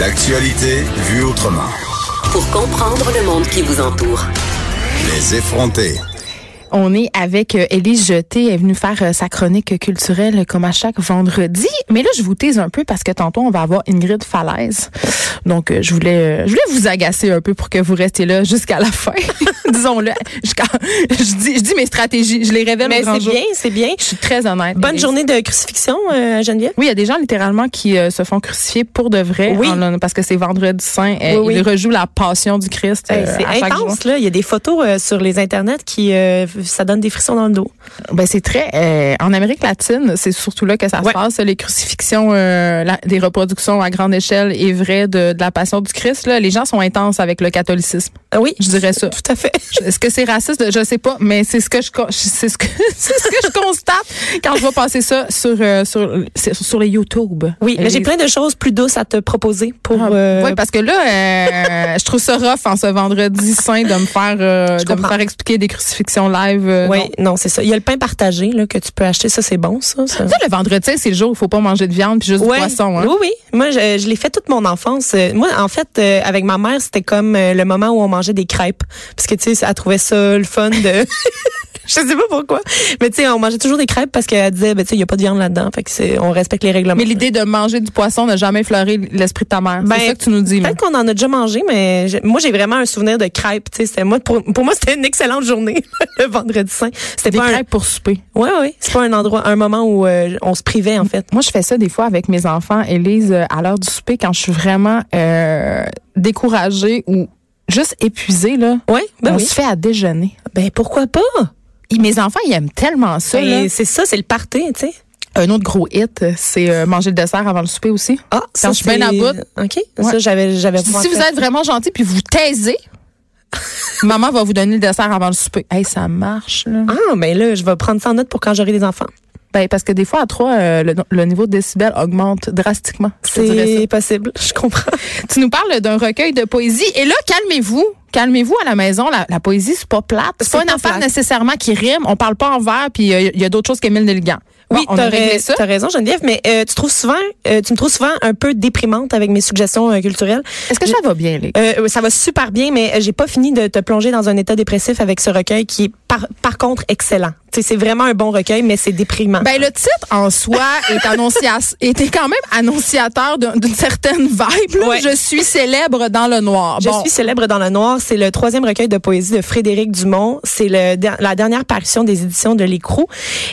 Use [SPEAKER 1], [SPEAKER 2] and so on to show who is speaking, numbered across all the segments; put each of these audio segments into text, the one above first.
[SPEAKER 1] L'actualité vue autrement.
[SPEAKER 2] Pour comprendre le monde qui vous entoure.
[SPEAKER 1] Les effronter.
[SPEAKER 3] On est avec euh, Élise Jeté, elle est venue faire euh, sa chronique culturelle euh, comme à chaque vendredi. Mais là, je vous taise un peu parce que tantôt, on va avoir Ingrid Falaise. Donc, euh, je voulais euh, je voulais vous agacer un peu pour que vous restiez là jusqu'à la fin. Disons-le. Jusqu'à- Je dis, je dis mes stratégies, je les révèle au
[SPEAKER 4] Mais
[SPEAKER 3] grand
[SPEAKER 4] c'est
[SPEAKER 3] jour.
[SPEAKER 4] bien, c'est bien.
[SPEAKER 3] Je suis très honnête.
[SPEAKER 4] Bonne
[SPEAKER 3] Élise.
[SPEAKER 4] journée de crucifixion, euh, Geneviève.
[SPEAKER 3] Oui, il y a des gens littéralement qui euh, se font crucifier pour de vrai
[SPEAKER 4] Oui.
[SPEAKER 3] en- parce que c'est vendredi saint. Euh,
[SPEAKER 4] Oui, oui.
[SPEAKER 3] Ils rejouent la passion du Christ.
[SPEAKER 4] Hey,
[SPEAKER 3] euh,
[SPEAKER 4] Ben, c'est
[SPEAKER 3] à chaque jour.
[SPEAKER 4] intense, là. Il y a des photos euh, sur les internets qui, euh, ça donne des frissons dans le dos.
[SPEAKER 3] Ben c'est très euh, en Amérique latine, c'est surtout là que ça se
[SPEAKER 4] Ouais.
[SPEAKER 3] passe les crucifixions, euh, la- des reproductions à grande échelle et vraies de, de la Passion du Christ. Là, les gens sont intenses avec le catholicisme.
[SPEAKER 4] Ah oui,
[SPEAKER 3] Je dirais ça.
[SPEAKER 4] Tout à fait.
[SPEAKER 3] Je- Est-ce que c'est raciste Je sais pas, mais c'est ce que je con- c'est ce que c'est ce que je constate quand je vois passer ça sur euh, sur sur- sur les YouTube.
[SPEAKER 4] Oui, mais
[SPEAKER 3] Les-
[SPEAKER 4] j'ai plein de choses plus douces à te proposer pour.
[SPEAKER 3] ah,
[SPEAKER 4] euh,
[SPEAKER 3] ouais, parce que là, euh, je trouve ça rough en ce vendredi saint de me faire euh,
[SPEAKER 4] Je
[SPEAKER 3] de me
[SPEAKER 4] comprends.
[SPEAKER 3] faire expliquer des crucifixions live. euh, non.
[SPEAKER 4] ouais, non, c'est ça. Il y a le pain partagé là, que tu peux acheter. Ça, c'est bon, ça. ça.
[SPEAKER 3] Tu sais, le vendredi, saint, c'est le jour où il faut pas manger de viande puis juste
[SPEAKER 4] Ouais.
[SPEAKER 3] du poisson. Hein?
[SPEAKER 4] Oui, oui. Moi, je, je l'ai fait toute mon enfance. Euh, Moi, en fait, euh, avec ma mère, c'était comme euh, le moment où on mangeait des crêpes. Parce que, tu sais, elle trouvait ça le fun de... Je sais pas pourquoi. Mais tu sais, on mangeait toujours des crêpes parce qu'elle disait, ben tu sais, il y a pas de viande là-dedans. Fait que c'est, on respecte les règlements.
[SPEAKER 3] Mais l'idée de manger du poisson n'a jamais effleuré l'esprit de ta mère.
[SPEAKER 4] Ben,
[SPEAKER 3] c'est ça que tu nous dis. là.
[SPEAKER 4] Peut-être qu'on en a déjà mangé, mais je- moi, j'ai vraiment un souvenir de crêpes. Tu sais, c'était- moi, pour, pour moi, c'était une excellente journée, le vendredi saint. C'était
[SPEAKER 3] Des
[SPEAKER 4] pas
[SPEAKER 3] crêpes pour souper.
[SPEAKER 4] un, ouais, ouais. C'est pas un endroit, un moment où euh, on se privait, en fait.
[SPEAKER 3] Moi, je fais ça des fois avec mes enfants, Élise, euh, à l'heure du souper, quand je suis vraiment euh, découragée ou juste épuisée, là.
[SPEAKER 4] Ouais, ben
[SPEAKER 3] on
[SPEAKER 4] oui.
[SPEAKER 3] se fait à déjeuner.
[SPEAKER 4] Ben, pourquoi pas?
[SPEAKER 3] Et mes enfants, ils aiment tellement ça. là.
[SPEAKER 4] Ben, C'est ça, c'est le party, tu sais.
[SPEAKER 3] Un autre gros hit, c'est euh, manger le dessert avant le souper aussi.
[SPEAKER 4] Ah, ça,
[SPEAKER 3] je suis bien
[SPEAKER 4] c'est-
[SPEAKER 3] à bout.
[SPEAKER 4] OK.
[SPEAKER 3] Ouais.
[SPEAKER 4] Ça, j'avais, j'avais pas
[SPEAKER 3] Si vous
[SPEAKER 4] fait.
[SPEAKER 3] êtes vraiment gentil puis vous taisez, maman va vous donner le dessert avant le souper. Hey, ça marche, là.
[SPEAKER 4] Ah, mais là, je vais prendre ça en note pour quand j'aurai des enfants.
[SPEAKER 3] Ben, parce que des fois, à trois, euh, le, le niveau de décibels augmente drastiquement. je te dirais ça.
[SPEAKER 4] C'est possible, je comprends.
[SPEAKER 3] Tu nous parles d'un recueil de poésie. Et là, calmez-vous. Calmez-vous à la maison. La, la poésie, c'est pas plate. C'est
[SPEAKER 4] C'est
[SPEAKER 3] pas une
[SPEAKER 4] pas
[SPEAKER 3] affaire
[SPEAKER 4] plate.
[SPEAKER 3] nécessairement qui rime. On parle pas en vers, puis il y a d'autres choses qu'Émile Nelligan.
[SPEAKER 4] Oui,
[SPEAKER 3] Bon, on a
[SPEAKER 4] t'as,
[SPEAKER 3] réglé
[SPEAKER 4] ra-
[SPEAKER 3] ça.
[SPEAKER 4] t'as raison, Geneviève, mais euh, tu trouves souvent, euh, tu me trouves souvent un peu déprimante avec mes suggestions euh, culturelles.
[SPEAKER 3] Est-ce que ça va bien, les gars?
[SPEAKER 4] Euh, ça va super bien, mais euh, j'ai pas fini de te plonger dans un état dépressif avec ce recueil qui est par, par contre excellent. Tu sais, c'est vraiment un bon recueil, mais c'est déprimant.
[SPEAKER 3] Ben, le titre en soi est, annoncias- était quand même annonciateur d'un- d'une certaine vibe. là.
[SPEAKER 4] Ouais.
[SPEAKER 3] Je suis célèbre dans le noir.
[SPEAKER 4] je
[SPEAKER 3] Ah, Bon.
[SPEAKER 4] suis célèbre dans le noir, c'est le troisième recueil de poésie de Frédéric Dumont. C'est le der- la dernière parution des éditions de l'Écrou.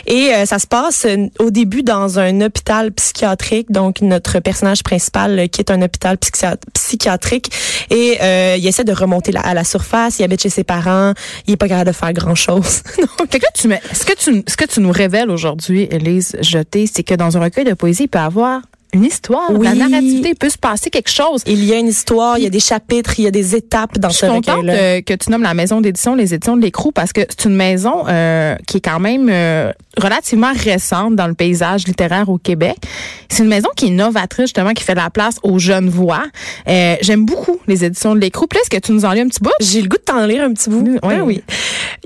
[SPEAKER 4] Et euh, ça se passe euh, au début dans un hôpital psychiatrique. Donc, notre personnage principal euh, quitte un hôpital psychia- psychiatrique et euh, il essaie de remonter la- à la surface. Il habite chez ses parents. Il est pas capable de faire grand-chose. Donc,
[SPEAKER 3] Fait que là, tu mets- ce, que tu, ce que tu nous révèles aujourd'hui, Élise Jeté, c'est que dans un recueil de poésie, il peut y avoir une histoire, de la
[SPEAKER 4] Oui.
[SPEAKER 3] narrativité, il peut se passer quelque chose.
[SPEAKER 4] Il y a une histoire, il y a des chapitres, il y a des étapes dans
[SPEAKER 3] Je
[SPEAKER 4] ce
[SPEAKER 3] suis contente
[SPEAKER 4] recueil-là.
[SPEAKER 3] euh, que tu nommes la maison d'édition, les éditions de l'écrou, parce que c'est une maison euh, qui est quand même euh, relativement récente dans le paysage littéraire au Québec. C'est une maison qui est novatrice, justement, qui fait de la place aux jeunes voix. Euh, J'aime beaucoup les éditions de l'écrou. Puis là, est-ce que tu nous en lis un petit bout?
[SPEAKER 4] J'ai le goût de t'en lire un petit bout.
[SPEAKER 3] Oui, oui.
[SPEAKER 4] Ah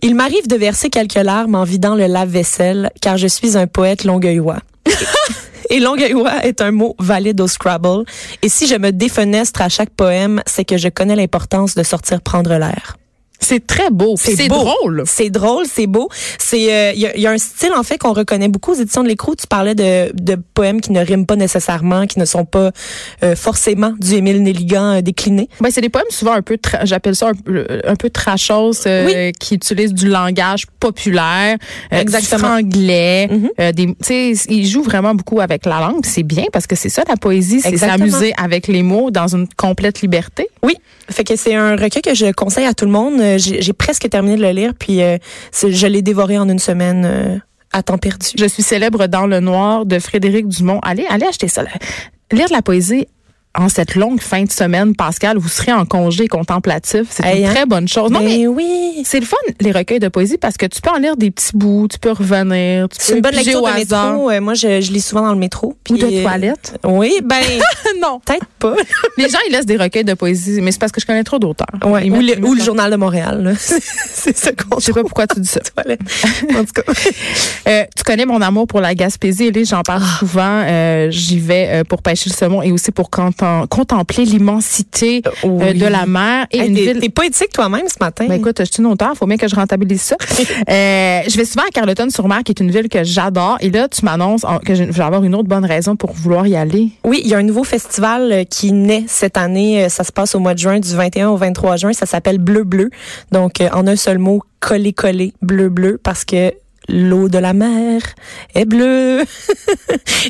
[SPEAKER 4] Il m'arrive de verser quelques larmes en vidant le lave-vaisselle, car je suis un poète longueuillois. Et longueuillois est un mot valide au Scrabble. Et si je me défenestre à chaque poème, c'est que je connais l'importance de sortir prendre l'air.
[SPEAKER 3] C'est très beau. puis C'est
[SPEAKER 4] beau.
[SPEAKER 3] drôle.
[SPEAKER 4] C'est drôle, c'est beau. C'est euh, il y, a- il y a un style en fait qu'on reconnaît beaucoup aux éditions de l'écrou. Tu parlais de, de poèmes qui ne riment pas nécessairement, qui ne sont pas euh, forcément du Émile Nelligan euh, décliné.
[SPEAKER 3] Ben, c'est des poèmes souvent un peu, tra- j'appelle ça un, peu- un peu trashos, euh,
[SPEAKER 4] Oui.
[SPEAKER 3] qui utilisent du langage populaire, euh,
[SPEAKER 4] Exactement.
[SPEAKER 3] du franglais.
[SPEAKER 4] Mhm.
[SPEAKER 3] euh, des- tu sais, ils jouent vraiment beaucoup avec la langue. C'est bien parce que c'est ça la poésie, c'est
[SPEAKER 4] Exactement.
[SPEAKER 3] s'amuser avec les mots dans une complète liberté.
[SPEAKER 4] Oui, fait que c'est un recueil que je conseille à tout le monde. Euh, J'ai j'ai presque terminé de le lire, puis euh, c'est- je l'ai dévoré en une semaine euh, à temps perdu.
[SPEAKER 3] Je suis célèbre dans le noir de Frédéric Dumont. Allez, allez acheter ça. Lire de la poésie. En cette longue fin de semaine, Pascal, vous serez en congé contemplatif. C'est
[SPEAKER 4] Hey,
[SPEAKER 3] une
[SPEAKER 4] hein?
[SPEAKER 3] très bonne chose. Non,
[SPEAKER 4] mais,
[SPEAKER 3] mais
[SPEAKER 4] oui,
[SPEAKER 3] C'est le fun, les recueils de poésie, parce que tu peux en lire des petits bouts, tu peux revenir, tu peux
[SPEAKER 4] c'est une bonne
[SPEAKER 3] piger
[SPEAKER 4] lecture
[SPEAKER 3] au
[SPEAKER 4] de
[SPEAKER 3] hasard.
[SPEAKER 4] métro. Euh, Moi, je, je lis souvent dans le métro. Puis,
[SPEAKER 3] Ou de
[SPEAKER 4] euh,
[SPEAKER 3] toilette.
[SPEAKER 4] Oui, ben
[SPEAKER 3] non.
[SPEAKER 4] peut-être pas.
[SPEAKER 3] Les gens, ils laissent des recueils de poésie, mais c'est parce que je connais trop d'auteurs.
[SPEAKER 4] Ouais,
[SPEAKER 3] Ils
[SPEAKER 4] ou,
[SPEAKER 3] mettent-
[SPEAKER 4] le,
[SPEAKER 3] ils
[SPEAKER 4] ou le
[SPEAKER 3] mettent-
[SPEAKER 4] journal de Montréal. là. c'est ce qu'on
[SPEAKER 3] Je sais pas pourquoi tu dis ça.
[SPEAKER 4] toilette. En tout cas,
[SPEAKER 3] Euh, tu connais
[SPEAKER 4] Ah.
[SPEAKER 3] mon amour pour la Gaspésie, Élise, j'en parle souvent. Euh, J'y vais euh, pour pêcher le saumon et aussi pour quand- compa- contempler l'immensité euh,
[SPEAKER 4] Oui.
[SPEAKER 3] de la mer et
[SPEAKER 4] Hey,
[SPEAKER 3] une
[SPEAKER 4] T'es
[SPEAKER 3] ville.
[SPEAKER 4] t'es poétique toi-même ce matin.
[SPEAKER 3] Ben écoute, je suis une auteure, faut bien que je rentabilise ça. Euh, je vais souvent à Carleton-sur-Mer, qui est une ville que j'adore. Et là, tu m'annonces en- que je je vais avoir une autre bonne raison pour vouloir y aller.
[SPEAKER 4] Oui, il y a un nouveau festival euh, qui naît cette année. Euh, Ça se passe au mois de juin, du 21 au 23 juin. Ça s'appelle Bleu Bleu. Donc, euh, en un seul mot, coller, coller, bleu, bleu, parce que l'eau de la mer est bleue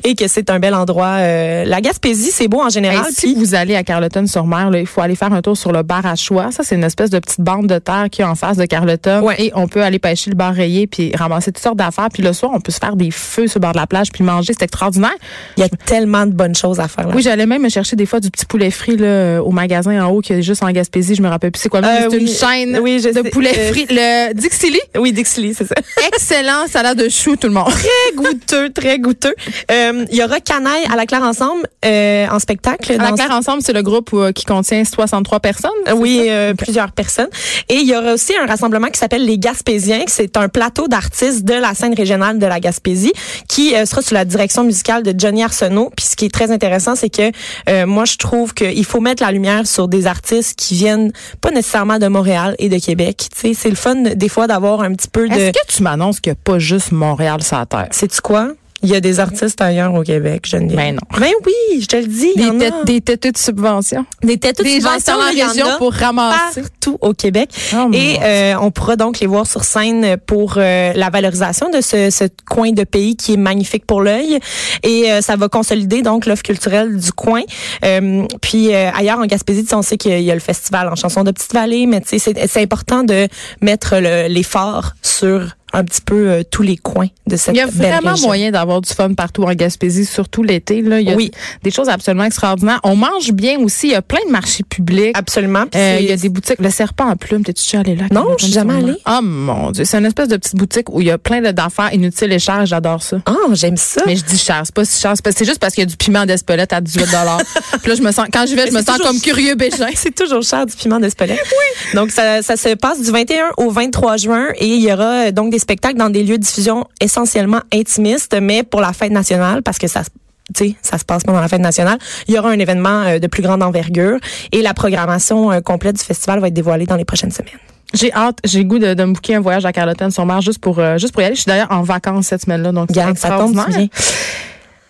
[SPEAKER 4] et que c'est un bel endroit. Euh, la Gaspésie, c'est beau en général.
[SPEAKER 3] Hey, si
[SPEAKER 4] puis-
[SPEAKER 3] vous allez à Carleton-sur-Mer, là, il faut aller faire un tour sur le bar à choix. Ça, c'est une espèce de petite bande de terre qui est en face de Carleton.
[SPEAKER 4] Ouais.
[SPEAKER 3] Et on peut aller pêcher le bar rayé puis ramasser toutes sortes d'affaires. Puis le soir, on peut se faire des feux sur le bord de la plage puis manger. C'est extraordinaire.
[SPEAKER 4] Il y a tellement de bonnes choses à faire là.
[SPEAKER 3] Oui, j'allais même me chercher des fois du petit poulet frit là, euh, au magasin en haut qui est juste en Gaspésie. Je me rappelle plus c'est quoi. le nom,
[SPEAKER 4] Euh,
[SPEAKER 3] mais c'est
[SPEAKER 4] oui.
[SPEAKER 3] une chaîne
[SPEAKER 4] Oui, je
[SPEAKER 3] de
[SPEAKER 4] sais.
[SPEAKER 3] poulet
[SPEAKER 4] Euh,
[SPEAKER 3] frit. Le Dixili,
[SPEAKER 4] Oui, Dixili, c'est ça.
[SPEAKER 3] excellent salade de choux, tout le monde.
[SPEAKER 4] très goûteux, très goûteux. Euh, Il y aura Canaille à la Claire Ensemble euh, en spectacle.
[SPEAKER 3] À la
[SPEAKER 4] dans-
[SPEAKER 3] Claire Ensemble, c'est le groupe euh, qui contient 63 personnes.
[SPEAKER 4] Oui, euh, plusieurs personnes. Et il y aura aussi un rassemblement qui s'appelle Les Gaspésiens. que C'est un plateau d'artistes de la scène régionale de la Gaspésie qui euh, sera sous la direction musicale de Johnny Arsenault. Puis ce qui est très intéressant, c'est que euh, moi, je trouve qu'il faut mettre la lumière sur des artistes qui viennent pas nécessairement de Montréal et de Québec. Tu sais, c'est le fun des fois d'avoir un petit peu de...
[SPEAKER 3] Est-ce que tu m'annonces qu'il n'y a pas juste Montréal sur la terre?
[SPEAKER 4] Sais-tu quoi? Il y a des artistes ailleurs au Québec, Geneviève.
[SPEAKER 3] Ben non.
[SPEAKER 4] Ben oui, je te le dis. il y
[SPEAKER 3] Des,
[SPEAKER 4] en a.
[SPEAKER 3] têtes- des têtes de subvention.
[SPEAKER 4] Des têtes
[SPEAKER 3] Des gens sur la région pour ramasser.
[SPEAKER 4] partout au Québec.
[SPEAKER 3] Oh, mon
[SPEAKER 4] et
[SPEAKER 3] Dieu.
[SPEAKER 4] euh, on pourra donc les voir sur scène pour euh, la valorisation de ce, ce coin de pays qui est magnifique pour l'œil. Et euh, ça va consolider donc l'offre culturelle du coin. Euh, puis euh, ailleurs en Gaspésie, tu sais, on sait qu'il y a le festival en chanson de Petite Vallée, mais tu sais, c'est c'est important de mettre le- l'effort sur un petit peu euh, tous les coins de cette
[SPEAKER 3] Il y a
[SPEAKER 4] belle
[SPEAKER 3] vraiment
[SPEAKER 4] région.
[SPEAKER 3] moyen d'avoir du fun partout en Gaspésie, surtout l'été. Là. Il y a
[SPEAKER 4] Oui.
[SPEAKER 3] des choses absolument extraordinaires. On mange bien aussi. Il y a plein de marchés publics.
[SPEAKER 4] Absolument. Puis
[SPEAKER 3] Euh,
[SPEAKER 4] c'est-
[SPEAKER 3] il y a des boutiques. Le serpent en plume, t'es-tu déjà allé là?
[SPEAKER 4] Non, je suis jamais allée.
[SPEAKER 3] Oh mon Dieu. C'est une espèce de petite boutique où il y a plein de- d'affaires inutiles et chères. J'adore ça.
[SPEAKER 4] Ah, j'aime ça.
[SPEAKER 3] Mais je dis cher, c'est pas si cher. C'est parce- C'est juste parce qu'il y a du piment d'Espelette à 18 Puis là, je me sens, quand je vais, je me
[SPEAKER 4] c'est
[SPEAKER 3] sens
[SPEAKER 4] toujours-
[SPEAKER 3] comme curieux bégin.
[SPEAKER 4] C'est toujours cher du piment d'Espelette. Oui. Donc, ça, ça se passe du 21 au 23 juin et il y aura euh, donc des spectacles dans des lieux de diffusion essentiellement intimistes, mais pour la fête nationale, parce que ça se- tu sais, ça se passe pendant la fête nationale. Il y aura un événement euh, de plus grande envergure et la programmation euh, complète du festival va être dévoilée dans les prochaines semaines.
[SPEAKER 3] J'ai hâte, j'ai le goût de, de me booker un voyage à Carleton-sur-Mer juste pour, euh, juste pour y aller. Je suis d'ailleurs en vacances cette semaine-là, donc c'est
[SPEAKER 4] Garde, ça tombe
[SPEAKER 3] extraordinaire.
[SPEAKER 4] du bien.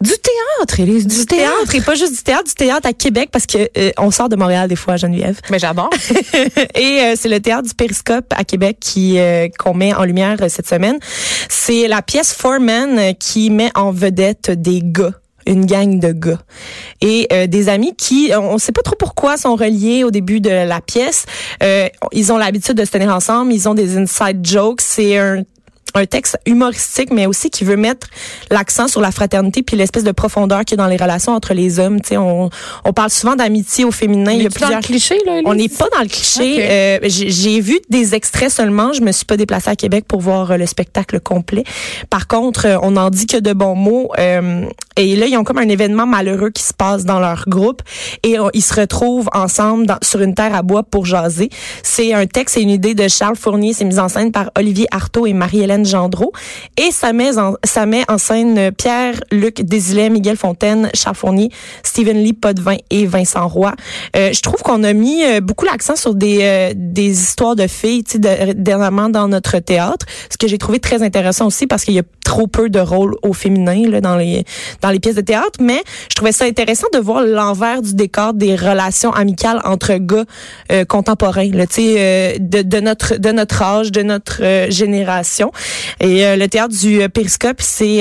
[SPEAKER 3] Du théâtre, Élise, du,
[SPEAKER 4] Du théâtre et pas juste du théâtre, du théâtre à Québec parce que euh, on sort de Montréal des fois, Geneviève.
[SPEAKER 3] Mais j'adore.
[SPEAKER 4] Et euh, c'est le théâtre du Périscope à Québec qui euh, qu'on met en lumière euh, cette semaine. C'est la pièce Foreman euh, qui met en vedette des gars une gang de gars et euh, des amis qui on ne sait pas trop pourquoi sont reliés au début de la pièce Euh, ils ont l'habitude de se tenir ensemble ils ont des inside jokes c'est un un texte humoristique, mais aussi qui veut mettre l'accent sur la fraternité puis l'espèce de profondeur qu'il y a dans les relations entre les hommes. Tu sais, on, on parle souvent d'amitié au féminin. Il y a plusieurs
[SPEAKER 3] clichés, là, Élise?
[SPEAKER 4] on n'est pas dans le cliché.
[SPEAKER 3] Ok.
[SPEAKER 4] Euh, j'ai j'ai vu des extraits seulement. Je me suis pas déplacée à Québec pour voir euh, le spectacle complet. Par contre, euh, on n'en dit que de bons mots. euh, et là, ils ont comme un événement malheureux qui se passe dans leur groupe et on- ils se retrouvent ensemble dans- sur une terre à bois pour jaser. C'est un texte et une idée de Charles Fournier. C'est mis en scène par Olivier Artaud et Marie-Hélène Gendreau. Et ça met en, ça met en scène euh, Pierre, Luc Désilet, Miguel Fontaine, Charles Fournier, Stephen Lee Potvin et Vincent Roy. Euh, je trouve qu'on a mis euh, beaucoup l'accent sur des, euh, des histoires de filles, tu sais, de- dernièrement dans notre théâtre. Ce que j'ai trouvé très intéressant aussi parce qu'il y a trop peu de rôles au féminin là, dans les dans les pièces de théâtre. Mais je trouvais ça intéressant de voir l'envers du décor des relations amicales entre gars euh, contemporains, là, tu sais, euh, de, de notre de notre âge, de notre euh, génération. Et euh, le théâtre du euh, Périscope, c'est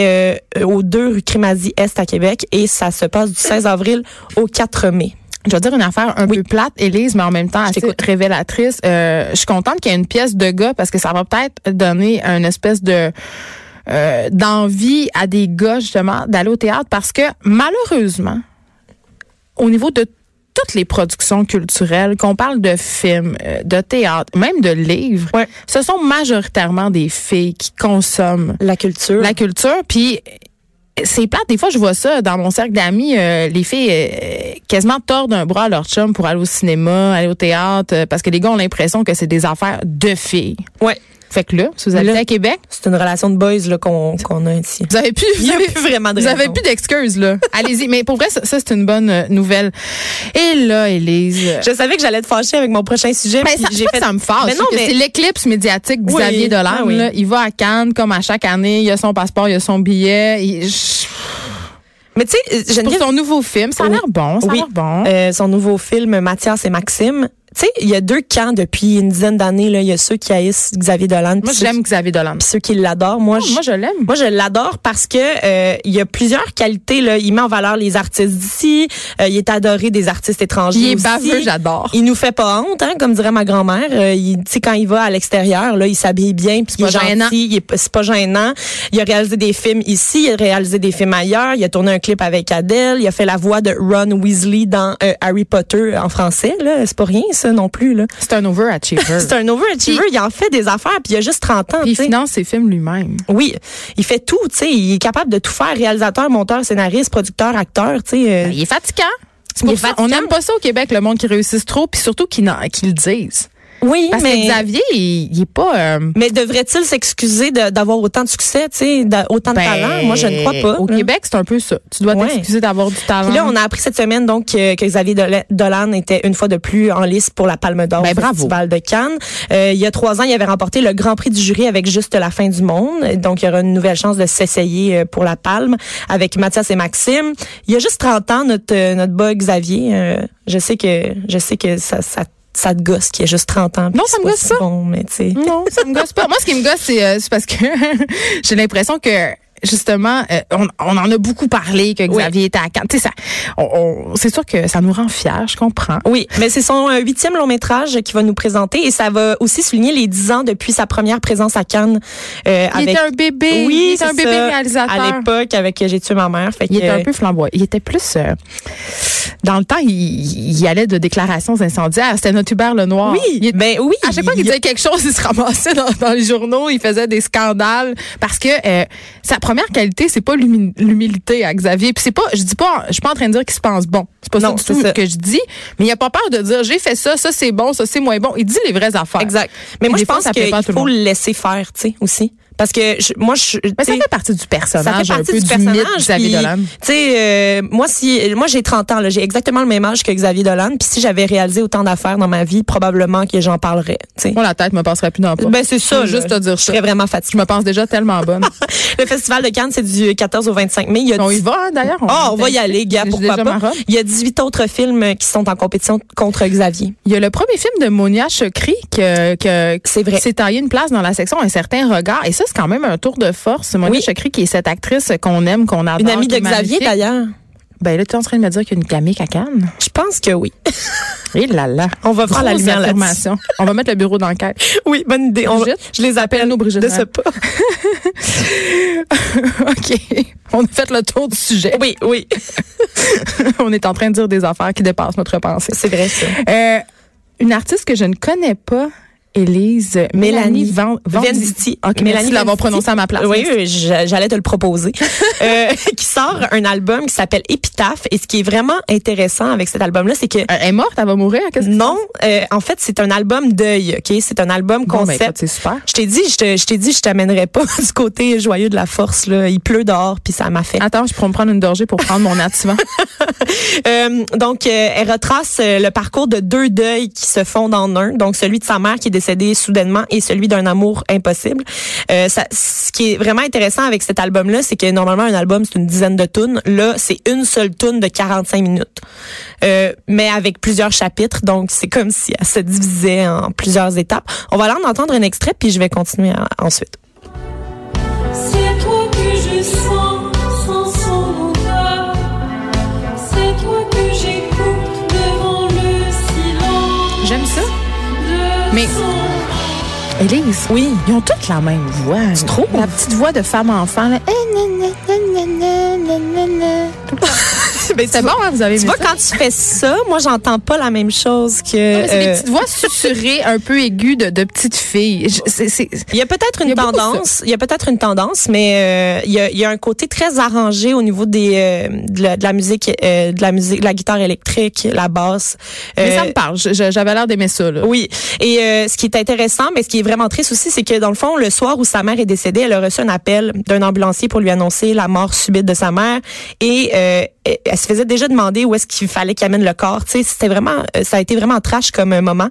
[SPEAKER 4] euh, au 2 rue Crémazie Est à Québec et ça se passe du 16 avril au 4 mai.
[SPEAKER 3] Je vais dire une affaire un peu plate, Élise, mais en même temps assez
[SPEAKER 4] t'écoute.
[SPEAKER 3] révélatrice. Euh, je suis contente qu'il y ait une pièce de gars parce que ça va peut-être donner une espèce de euh, d'envie à des gars justement d'aller au théâtre parce que malheureusement, au niveau de toutes les productions culturelles, qu'on parle de films, euh, de théâtre, même de livres,
[SPEAKER 4] Ouais.
[SPEAKER 3] ce sont majoritairement des filles qui consomment
[SPEAKER 4] La culture.
[SPEAKER 3] la culture. Puis c'est plate. Des fois, je vois ça dans mon cercle d'amis, euh, les filles euh, quasiment tordent un bras à leur chum pour aller au cinéma, aller au théâtre, euh, parce que les gars ont l'impression que c'est des affaires de filles.
[SPEAKER 4] Ouais.
[SPEAKER 3] Fait que là, si vous habitez
[SPEAKER 4] Là.
[SPEAKER 3] à Québec,
[SPEAKER 4] C'est une relation de boys là, qu'on qu'on a ici.
[SPEAKER 3] vous avez plus,
[SPEAKER 4] Il n'y a plus vraiment de
[SPEAKER 3] vous avez
[SPEAKER 4] raison.
[SPEAKER 3] plus d'excuses, là. Allez-y. Mais pour vrai, ça, ça, c'est une bonne euh, nouvelle. Et là, Élise.
[SPEAKER 4] Je savais que j'allais te fâcher avec mon prochain sujet.
[SPEAKER 3] Mais
[SPEAKER 4] puis
[SPEAKER 3] ça,
[SPEAKER 4] j'ai
[SPEAKER 3] ça,
[SPEAKER 4] fait...
[SPEAKER 3] ça me fâche.
[SPEAKER 4] Mais non,
[SPEAKER 3] que
[SPEAKER 4] mais-
[SPEAKER 3] C'est l'éclipse médiatique
[SPEAKER 4] Oui.
[SPEAKER 3] Xavier Dolan.
[SPEAKER 4] Ah oui.
[SPEAKER 3] là. Il va à Cannes comme à chaque année. Il a son passeport, il a son billet. Il- je-
[SPEAKER 4] Mais tu sais, euh,
[SPEAKER 3] Pour
[SPEAKER 4] Geneviève,
[SPEAKER 3] son nouveau film, ça a
[SPEAKER 4] Oui.
[SPEAKER 3] l'air bon. Ça a
[SPEAKER 4] Oui.
[SPEAKER 3] l'air bon.
[SPEAKER 4] euh, son nouveau film Mathias et Maxime, tu sais, il y a deux camps depuis une dizaine d'années. là. Il y a ceux qui haïssent Xavier Dolan.
[SPEAKER 3] moi,
[SPEAKER 4] puis
[SPEAKER 3] je
[SPEAKER 4] ceux
[SPEAKER 3] l'aime,
[SPEAKER 4] qui-
[SPEAKER 3] Xavier Dolan.
[SPEAKER 4] Puis ceux qui l'adorent. Moi, je-
[SPEAKER 3] Moi, je l'aime.
[SPEAKER 4] Moi, je l'adore parce que euh, il y a plusieurs qualités. Là. Il met en valeur les artistes d'ici. Euh, il est adoré des artistes étrangers.
[SPEAKER 3] Il est
[SPEAKER 4] aussi.
[SPEAKER 3] baveux, j'adore.
[SPEAKER 4] Il nous fait pas honte, hein, comme dirait ma grand-mère. Euh, il- tu sais, quand il va à l'extérieur, là, il s'habille bien, puis il
[SPEAKER 3] pas
[SPEAKER 4] est
[SPEAKER 3] gênant.
[SPEAKER 4] gentil, il est pas- c'est pas gênant. Il a réalisé des films ici, il a réalisé des films ailleurs. Il a tourné un clip avec Adele. Il a fait la voix de Ron Weasley dans euh, Harry Potter en français. Là, c'est pas rien ça non plus. Là.
[SPEAKER 3] C'est un overachiever.
[SPEAKER 4] C'est un overachiever. Il en fait des affaires, puis il a juste 30 ans.
[SPEAKER 3] Euh. Puis il
[SPEAKER 4] tu sais.
[SPEAKER 3] finance ses films lui-même.
[SPEAKER 4] Oui, il fait tout, tu sais, il est capable de tout faire, réalisateur, monteur, scénariste, producteur, acteur, tu sais. euh,
[SPEAKER 3] Il est fatigant. C'est
[SPEAKER 4] Il
[SPEAKER 3] pour
[SPEAKER 4] est
[SPEAKER 3] ça.
[SPEAKER 4] fatigant.
[SPEAKER 3] On n'aime pas ça au Québec, le monde qui réussisse trop, puis surtout qui le disent.
[SPEAKER 4] oui,
[SPEAKER 3] Parce que
[SPEAKER 4] mais
[SPEAKER 3] Xavier, il, il est pas. euh,
[SPEAKER 4] mais devrait-il s'excuser de- d'avoir autant de succès, tu sais, d'a- autant de
[SPEAKER 3] ben,
[SPEAKER 4] talent Moi, je ne crois pas.
[SPEAKER 3] Au
[SPEAKER 4] là.
[SPEAKER 3] Québec, c'est un peu ça. Tu dois
[SPEAKER 4] Ouais.
[SPEAKER 3] t'excuser d'avoir du talent.
[SPEAKER 4] Puis là, on a appris cette semaine donc que, que Xavier Dola- Dolan était une fois de plus en lice pour la Palme d'Or
[SPEAKER 3] Ben,
[SPEAKER 4] au
[SPEAKER 3] bravo.
[SPEAKER 4] Festival de Cannes. Euh, il y a trois ans, il avait remporté le Grand Prix du jury avec Juste la fin du monde. Donc, il y aura une nouvelle chance de s'essayer euh, pour la Palme avec Mathias et Maxime. Il y a juste 30 ans, notre euh, notre bas Xavier. euh, je sais que je sais que ça ça, ça te gosse qu'il y a juste 30 ans. puis
[SPEAKER 3] Non,
[SPEAKER 4] que
[SPEAKER 3] ça
[SPEAKER 4] c'est
[SPEAKER 3] me
[SPEAKER 4] pas
[SPEAKER 3] gosse
[SPEAKER 4] si
[SPEAKER 3] pas. Mm.
[SPEAKER 4] Bon, mais tu sais.
[SPEAKER 3] Non, ça me gosse pas. Moi, ce qui me gosse, c'est euh, c'est parce que j'ai l'impression que justement, euh, on, on en a beaucoup parlé que Xavier était à Cannes. Tu sais, ça, on, on- c'est sûr que ça nous rend fiers, je comprends.
[SPEAKER 4] Oui, mais c'est son euh, huitième long métrage qu'il va nous présenter et ça va aussi souligner les 10 ans depuis sa première présence à Cannes euh,
[SPEAKER 3] Il
[SPEAKER 4] avec
[SPEAKER 3] était un bébé, il
[SPEAKER 4] Oui,
[SPEAKER 3] était un
[SPEAKER 4] c'est
[SPEAKER 3] bébé
[SPEAKER 4] ça. À
[SPEAKER 3] réalisateur.
[SPEAKER 4] l'époque, avec euh, J'ai tué ma mère. Fait
[SPEAKER 3] Il
[SPEAKER 4] que,
[SPEAKER 3] était un peu flamboyant. Il était plus euh, dans le temps, il, il allait de déclarations incendiaires. C'était notre Hubert Lenoir.
[SPEAKER 4] Oui,
[SPEAKER 3] Il est- Ah,
[SPEAKER 4] ben oui.
[SPEAKER 3] À chaque fois qu'il disait quelque chose, il se ramassait dans, dans les journaux, il faisait des scandales parce que euh, sa première qualité, c'est pas l'humi- l'humilité à Xavier. Puis c'est pas, je dis pas, je suis pas en train de dire qu'il se pense bon. C'est pas
[SPEAKER 4] Non,
[SPEAKER 3] ça
[SPEAKER 4] c'est
[SPEAKER 3] du tout
[SPEAKER 4] ça.
[SPEAKER 3] que je dis. Mais il a pas peur de dire j'ai fait ça, ça c'est bon, ça c'est moins bon. Il dit les vraies affaires.
[SPEAKER 4] Exact. Mais
[SPEAKER 3] Puis
[SPEAKER 4] moi,
[SPEAKER 3] des
[SPEAKER 4] je
[SPEAKER 3] fois,
[SPEAKER 4] pense
[SPEAKER 3] ça plaît pas à tout le
[SPEAKER 4] qu'il faut
[SPEAKER 3] monde.
[SPEAKER 4] le laisser faire, tu sais, aussi. Parce que je- moi, je.
[SPEAKER 3] Mais ça
[SPEAKER 4] tu sais,
[SPEAKER 3] fait partie du personnage,
[SPEAKER 4] ça fait partie
[SPEAKER 3] un peu
[SPEAKER 4] du
[SPEAKER 3] du,
[SPEAKER 4] personnage.
[SPEAKER 3] mythe Xavier
[SPEAKER 4] puis,
[SPEAKER 3] Dolan.
[SPEAKER 4] Tu sais, euh, moi, si, moi j'ai 30 ans, là, j'ai exactement le même âge que Xavier Dolan. Puis si j'avais réalisé autant d'affaires dans ma vie, probablement que j'en parlerais. tu sais.
[SPEAKER 3] Moi la tête me passerait plus dans le
[SPEAKER 4] Ben, c'est
[SPEAKER 3] Je
[SPEAKER 4] ça.
[SPEAKER 3] veux juste
[SPEAKER 4] là.
[SPEAKER 3] te dire
[SPEAKER 4] Je
[SPEAKER 3] ça.
[SPEAKER 4] serais vraiment
[SPEAKER 3] Je
[SPEAKER 4] fatiguée.
[SPEAKER 3] me pense déjà tellement bonne.
[SPEAKER 4] Le Festival de Cannes, c'est du 14 au 25 mai. Il y a
[SPEAKER 3] on y
[SPEAKER 4] dix-
[SPEAKER 3] va hein, d'ailleurs.
[SPEAKER 4] Ah, on va y aller, gars,
[SPEAKER 3] J'ai
[SPEAKER 4] pourquoi
[SPEAKER 3] déjà ma
[SPEAKER 4] pas.
[SPEAKER 3] robe.
[SPEAKER 4] Il y a 18 autres films qui sont en compétition contre Xavier.
[SPEAKER 3] Il y a le premier film de Monia Chokri que, que
[SPEAKER 4] C'est vrai.
[SPEAKER 3] qui s'est taillé une place dans la section Un certain regard. Et ça, c'est quand même un tour de force. Monia
[SPEAKER 4] Oui.
[SPEAKER 3] Chokri, qui est cette actrice qu'on aime, qu'on adore.
[SPEAKER 4] Une amie
[SPEAKER 3] qui
[SPEAKER 4] de
[SPEAKER 3] est
[SPEAKER 4] Xavier,
[SPEAKER 3] bah, magnifique.
[SPEAKER 4] d'ailleurs.
[SPEAKER 3] Ben là, tu es en train de me dire qu'il y a une gamique à Cannes.
[SPEAKER 4] Je pense que oui. Eh
[SPEAKER 3] Et là là.
[SPEAKER 4] On va voir la
[SPEAKER 3] Grosse
[SPEAKER 4] lumière là-dessus.
[SPEAKER 3] affirmation. On va mettre le bureau d'enquête.
[SPEAKER 4] Oui, bonne idée. On va-
[SPEAKER 3] Brigitte?
[SPEAKER 4] je les appelle
[SPEAKER 3] Appelle-nous, Brigitte.
[SPEAKER 4] de ce pas.
[SPEAKER 3] OK. On a fait le tour du sujet.
[SPEAKER 4] Oui, oui,
[SPEAKER 3] On est en train de dire des affaires qui dépassent notre pensée.
[SPEAKER 4] c'est vrai ça.
[SPEAKER 3] Euh, une artiste que je ne connais pas, Élise Mélanie,
[SPEAKER 4] Mélanie
[SPEAKER 3] Van,
[SPEAKER 4] Venditti.
[SPEAKER 3] OK,
[SPEAKER 4] Mélanie
[SPEAKER 3] merci de l'avoir
[SPEAKER 4] Venditti.
[SPEAKER 3] prononcée à ma place.
[SPEAKER 4] Oui, oui, j'a- j'allais te le proposer. Euh, qui sort un album qui s'appelle Épitaphe. Et ce qui est vraiment intéressant avec cet album-là, c'est que
[SPEAKER 3] Euh, Elle est morte, elle va mourir. Qu'est-ce que-
[SPEAKER 4] non, euh, en fait, c'est un album deuil. Ok, c'est un album
[SPEAKER 3] Bon, ben,
[SPEAKER 4] concept.
[SPEAKER 3] écoute, c'est super.
[SPEAKER 4] je t'ai dit, je te- je t'ai dit, je t'amènerai pas du côté joyeux de la force. Là. Il pleut dehors, puis ça m'a fait.
[SPEAKER 3] Attends, je pourrais me prendre une dorgée pour prendre mon attivant.
[SPEAKER 4] Euh, donc, euh, elle retrace euh, le parcours de deux deuils qui se fondent en un. Donc, celui de sa mère qui est décédée soudainement et celui d'un amour impossible. Euh, ça- ce qui est vraiment intéressant avec cet album-là, c'est que normalement, un album, c'est une dizaine de tunes. Là, c'est une seule tune de 45 minutes. Euh, mais avec plusieurs chapitres. Donc, c'est comme si elle se divisait en plusieurs étapes. On va aller en entendre un extrait, puis je vais continuer euh, ensuite.
[SPEAKER 5] C'est toi que je sens, sans son odeur. C'est toi que j'écoute devant le silence.
[SPEAKER 3] J'aime ça.
[SPEAKER 5] de
[SPEAKER 3] Mais-
[SPEAKER 5] son
[SPEAKER 3] Élise, oui, ils ont toutes la même voix. C'est trop. La petite voix de femme-enfant. là. Eh, na, na, na, na, na, na, na, na. Tout le temps.
[SPEAKER 4] Ben,
[SPEAKER 3] C'est
[SPEAKER 4] tu
[SPEAKER 3] bon,
[SPEAKER 4] vois-
[SPEAKER 3] hein, vous avez
[SPEAKER 4] Tu
[SPEAKER 3] vu
[SPEAKER 4] vois,
[SPEAKER 3] ça?
[SPEAKER 4] quand tu fais ça, moi, j'entends pas la même chose que.
[SPEAKER 3] Non, mais c'est des
[SPEAKER 4] euh,
[SPEAKER 3] petites voix susurrées, un peu aiguës de, de petites filles. Je- c'est- c'est-
[SPEAKER 4] Il y a peut-être
[SPEAKER 3] Il y
[SPEAKER 4] une
[SPEAKER 3] a beaucoup de
[SPEAKER 4] tendance, il y a peut-être une tendance, mais euh, il, y a, il y a un côté très arrangé au niveau des euh, de, la, de la musique, euh, de la musique, de la guitare électrique, la basse.
[SPEAKER 3] Mais ça
[SPEAKER 4] Euh,
[SPEAKER 3] me parle. Je- je- J'avais l'air d'aimer ça. Là.
[SPEAKER 4] oui, et euh, ce qui est intéressant, mais ce qui est vraiment triste aussi, c'est que dans le fond, le soir où sa mère est décédée, elle a reçu un appel d'un ambulancier pour lui annoncer la mort subite de sa mère, et euh, elle, elle se faisait déjà demander où est-ce qu'il fallait qu'il amène le corps. Tu sais, c'était vraiment, euh, ça a été vraiment trash comme euh, moment.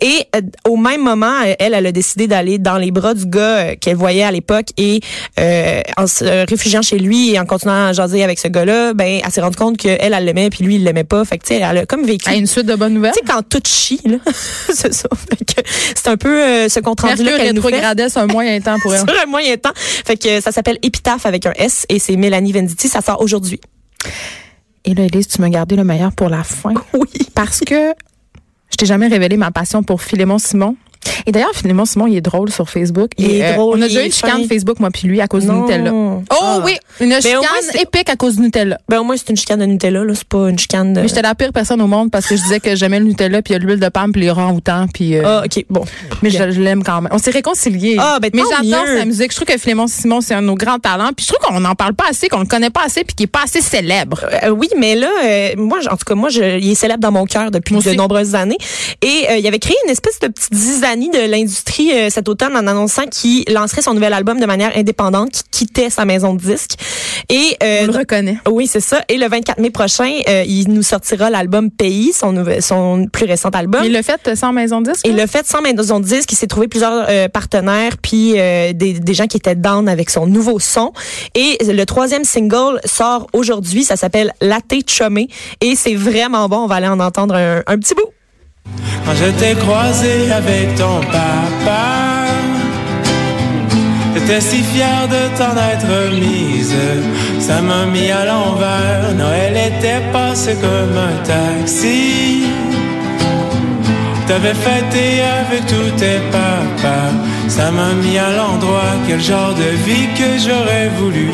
[SPEAKER 4] Et euh, au même moment, euh, elle, elle a décidé d'aller dans les bras du gars euh, qu'elle voyait à l'époque et euh, en se euh, réfugiant chez lui et en continuant à jaser avec ce gars-là, ben, elle s'est rendue compte que elle, elle l'aimait puis lui, il l'aimait pas. Fait que tu sais, elle a comme vécu.
[SPEAKER 3] À une suite de bonnes nouvelles.
[SPEAKER 4] Tu sais, quand tout chie, là, c'est ça. Fait que c'est un peu euh, ce compte rendu-là
[SPEAKER 3] Mercure
[SPEAKER 4] qu'elle nous fait
[SPEAKER 3] rétrogradait sur un moyen temps pour elle.
[SPEAKER 4] sur un moyen temps. Fait que euh, ça s'appelle Épitaphe avec un S et c'est Mélanie Venditti. Ça sort aujourd'hui.
[SPEAKER 3] Et là, Elise, tu m'as gardé le meilleur pour la fin.
[SPEAKER 4] Oui.
[SPEAKER 3] Parce que je t'ai jamais révélé ma passion pour Philémon Simon. Et d'ailleurs, Philémon Simon, il est drôle sur Facebook.
[SPEAKER 4] Il
[SPEAKER 3] Et, euh,
[SPEAKER 4] est drôle,
[SPEAKER 3] on a
[SPEAKER 4] il
[SPEAKER 3] déjà eu
[SPEAKER 4] est
[SPEAKER 3] une chicane
[SPEAKER 4] fin.
[SPEAKER 3] Facebook, moi puis lui, à cause du
[SPEAKER 4] Non.
[SPEAKER 3] Nutella. Oh
[SPEAKER 4] Ah.
[SPEAKER 3] oui, une
[SPEAKER 4] au
[SPEAKER 3] chicane
[SPEAKER 4] moins, c'est-
[SPEAKER 3] épique à cause du Nutella.
[SPEAKER 4] Ben, au moins, c'est une chicane de Nutella, là. C'est pas une chicane de.
[SPEAKER 3] Mais j'étais la pire personne au monde parce que je disais que j'aimais le Nutella, puis l'huile de palme, puis les rangs outans, puis... euh,
[SPEAKER 4] Ah, OK. Bon.
[SPEAKER 3] mais je, je l'aime quand même. On s'est réconciliés.
[SPEAKER 4] Ah, ben,
[SPEAKER 3] mais
[SPEAKER 4] tant
[SPEAKER 3] j'adore
[SPEAKER 4] mieux.
[SPEAKER 3] sa musique. Je trouve que Philémon Simon, c'est un de nos grands talents. Puis je trouve qu'on n'en parle pas assez, qu'on le connaît pas assez, puis qu'il est pas assez célèbre.
[SPEAKER 4] Euh, oui, mais là, euh, moi, j- en tout cas, moi, je, il est célèbre dans mon cœur depuis
[SPEAKER 3] Moi
[SPEAKER 4] de
[SPEAKER 3] aussi.
[SPEAKER 4] nombreuses années. Et euh, il avait créé une espèce de petite zizanie de l'industrie euh, cet automne en annonçant qu'il lancerait son nouvel album de manière indépendante, qu'il quittait sa maison de disques. Et
[SPEAKER 3] On
[SPEAKER 4] euh,
[SPEAKER 3] le reconnaît.
[SPEAKER 4] Oui, c'est ça. Et le 24 mai prochain, euh, il nous sortira l'album Pays, son, nouvel- son plus récent album.
[SPEAKER 3] Mais il l'a fait euh, sans maison de disque.
[SPEAKER 4] Et
[SPEAKER 3] là?
[SPEAKER 4] le fait sans maison de disque, il s'est trouvé plusieurs euh, partenaires, puis euh, des, des gens qui étaient down avec son nouveau son. Et le troisième single sort aujourd'hui, ça s'appelle Laté Chumé. Et c'est vraiment bon, on va aller en entendre un, un petit bout.
[SPEAKER 6] Quand je t'ai croisé avec ton papa, j'étais si fier de t'en être mise. Ça m'a mis à l'envers. Noël était passé comme un taxi. T'avais fêté avec tous tes papas. Ça m'a mis à l'endroit. Quel genre de vie que j'aurais voulu.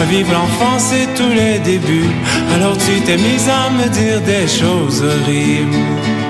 [SPEAKER 6] Revivre l'enfance et tous les débuts. Alors tu t'es mise à me dire des choses horribles.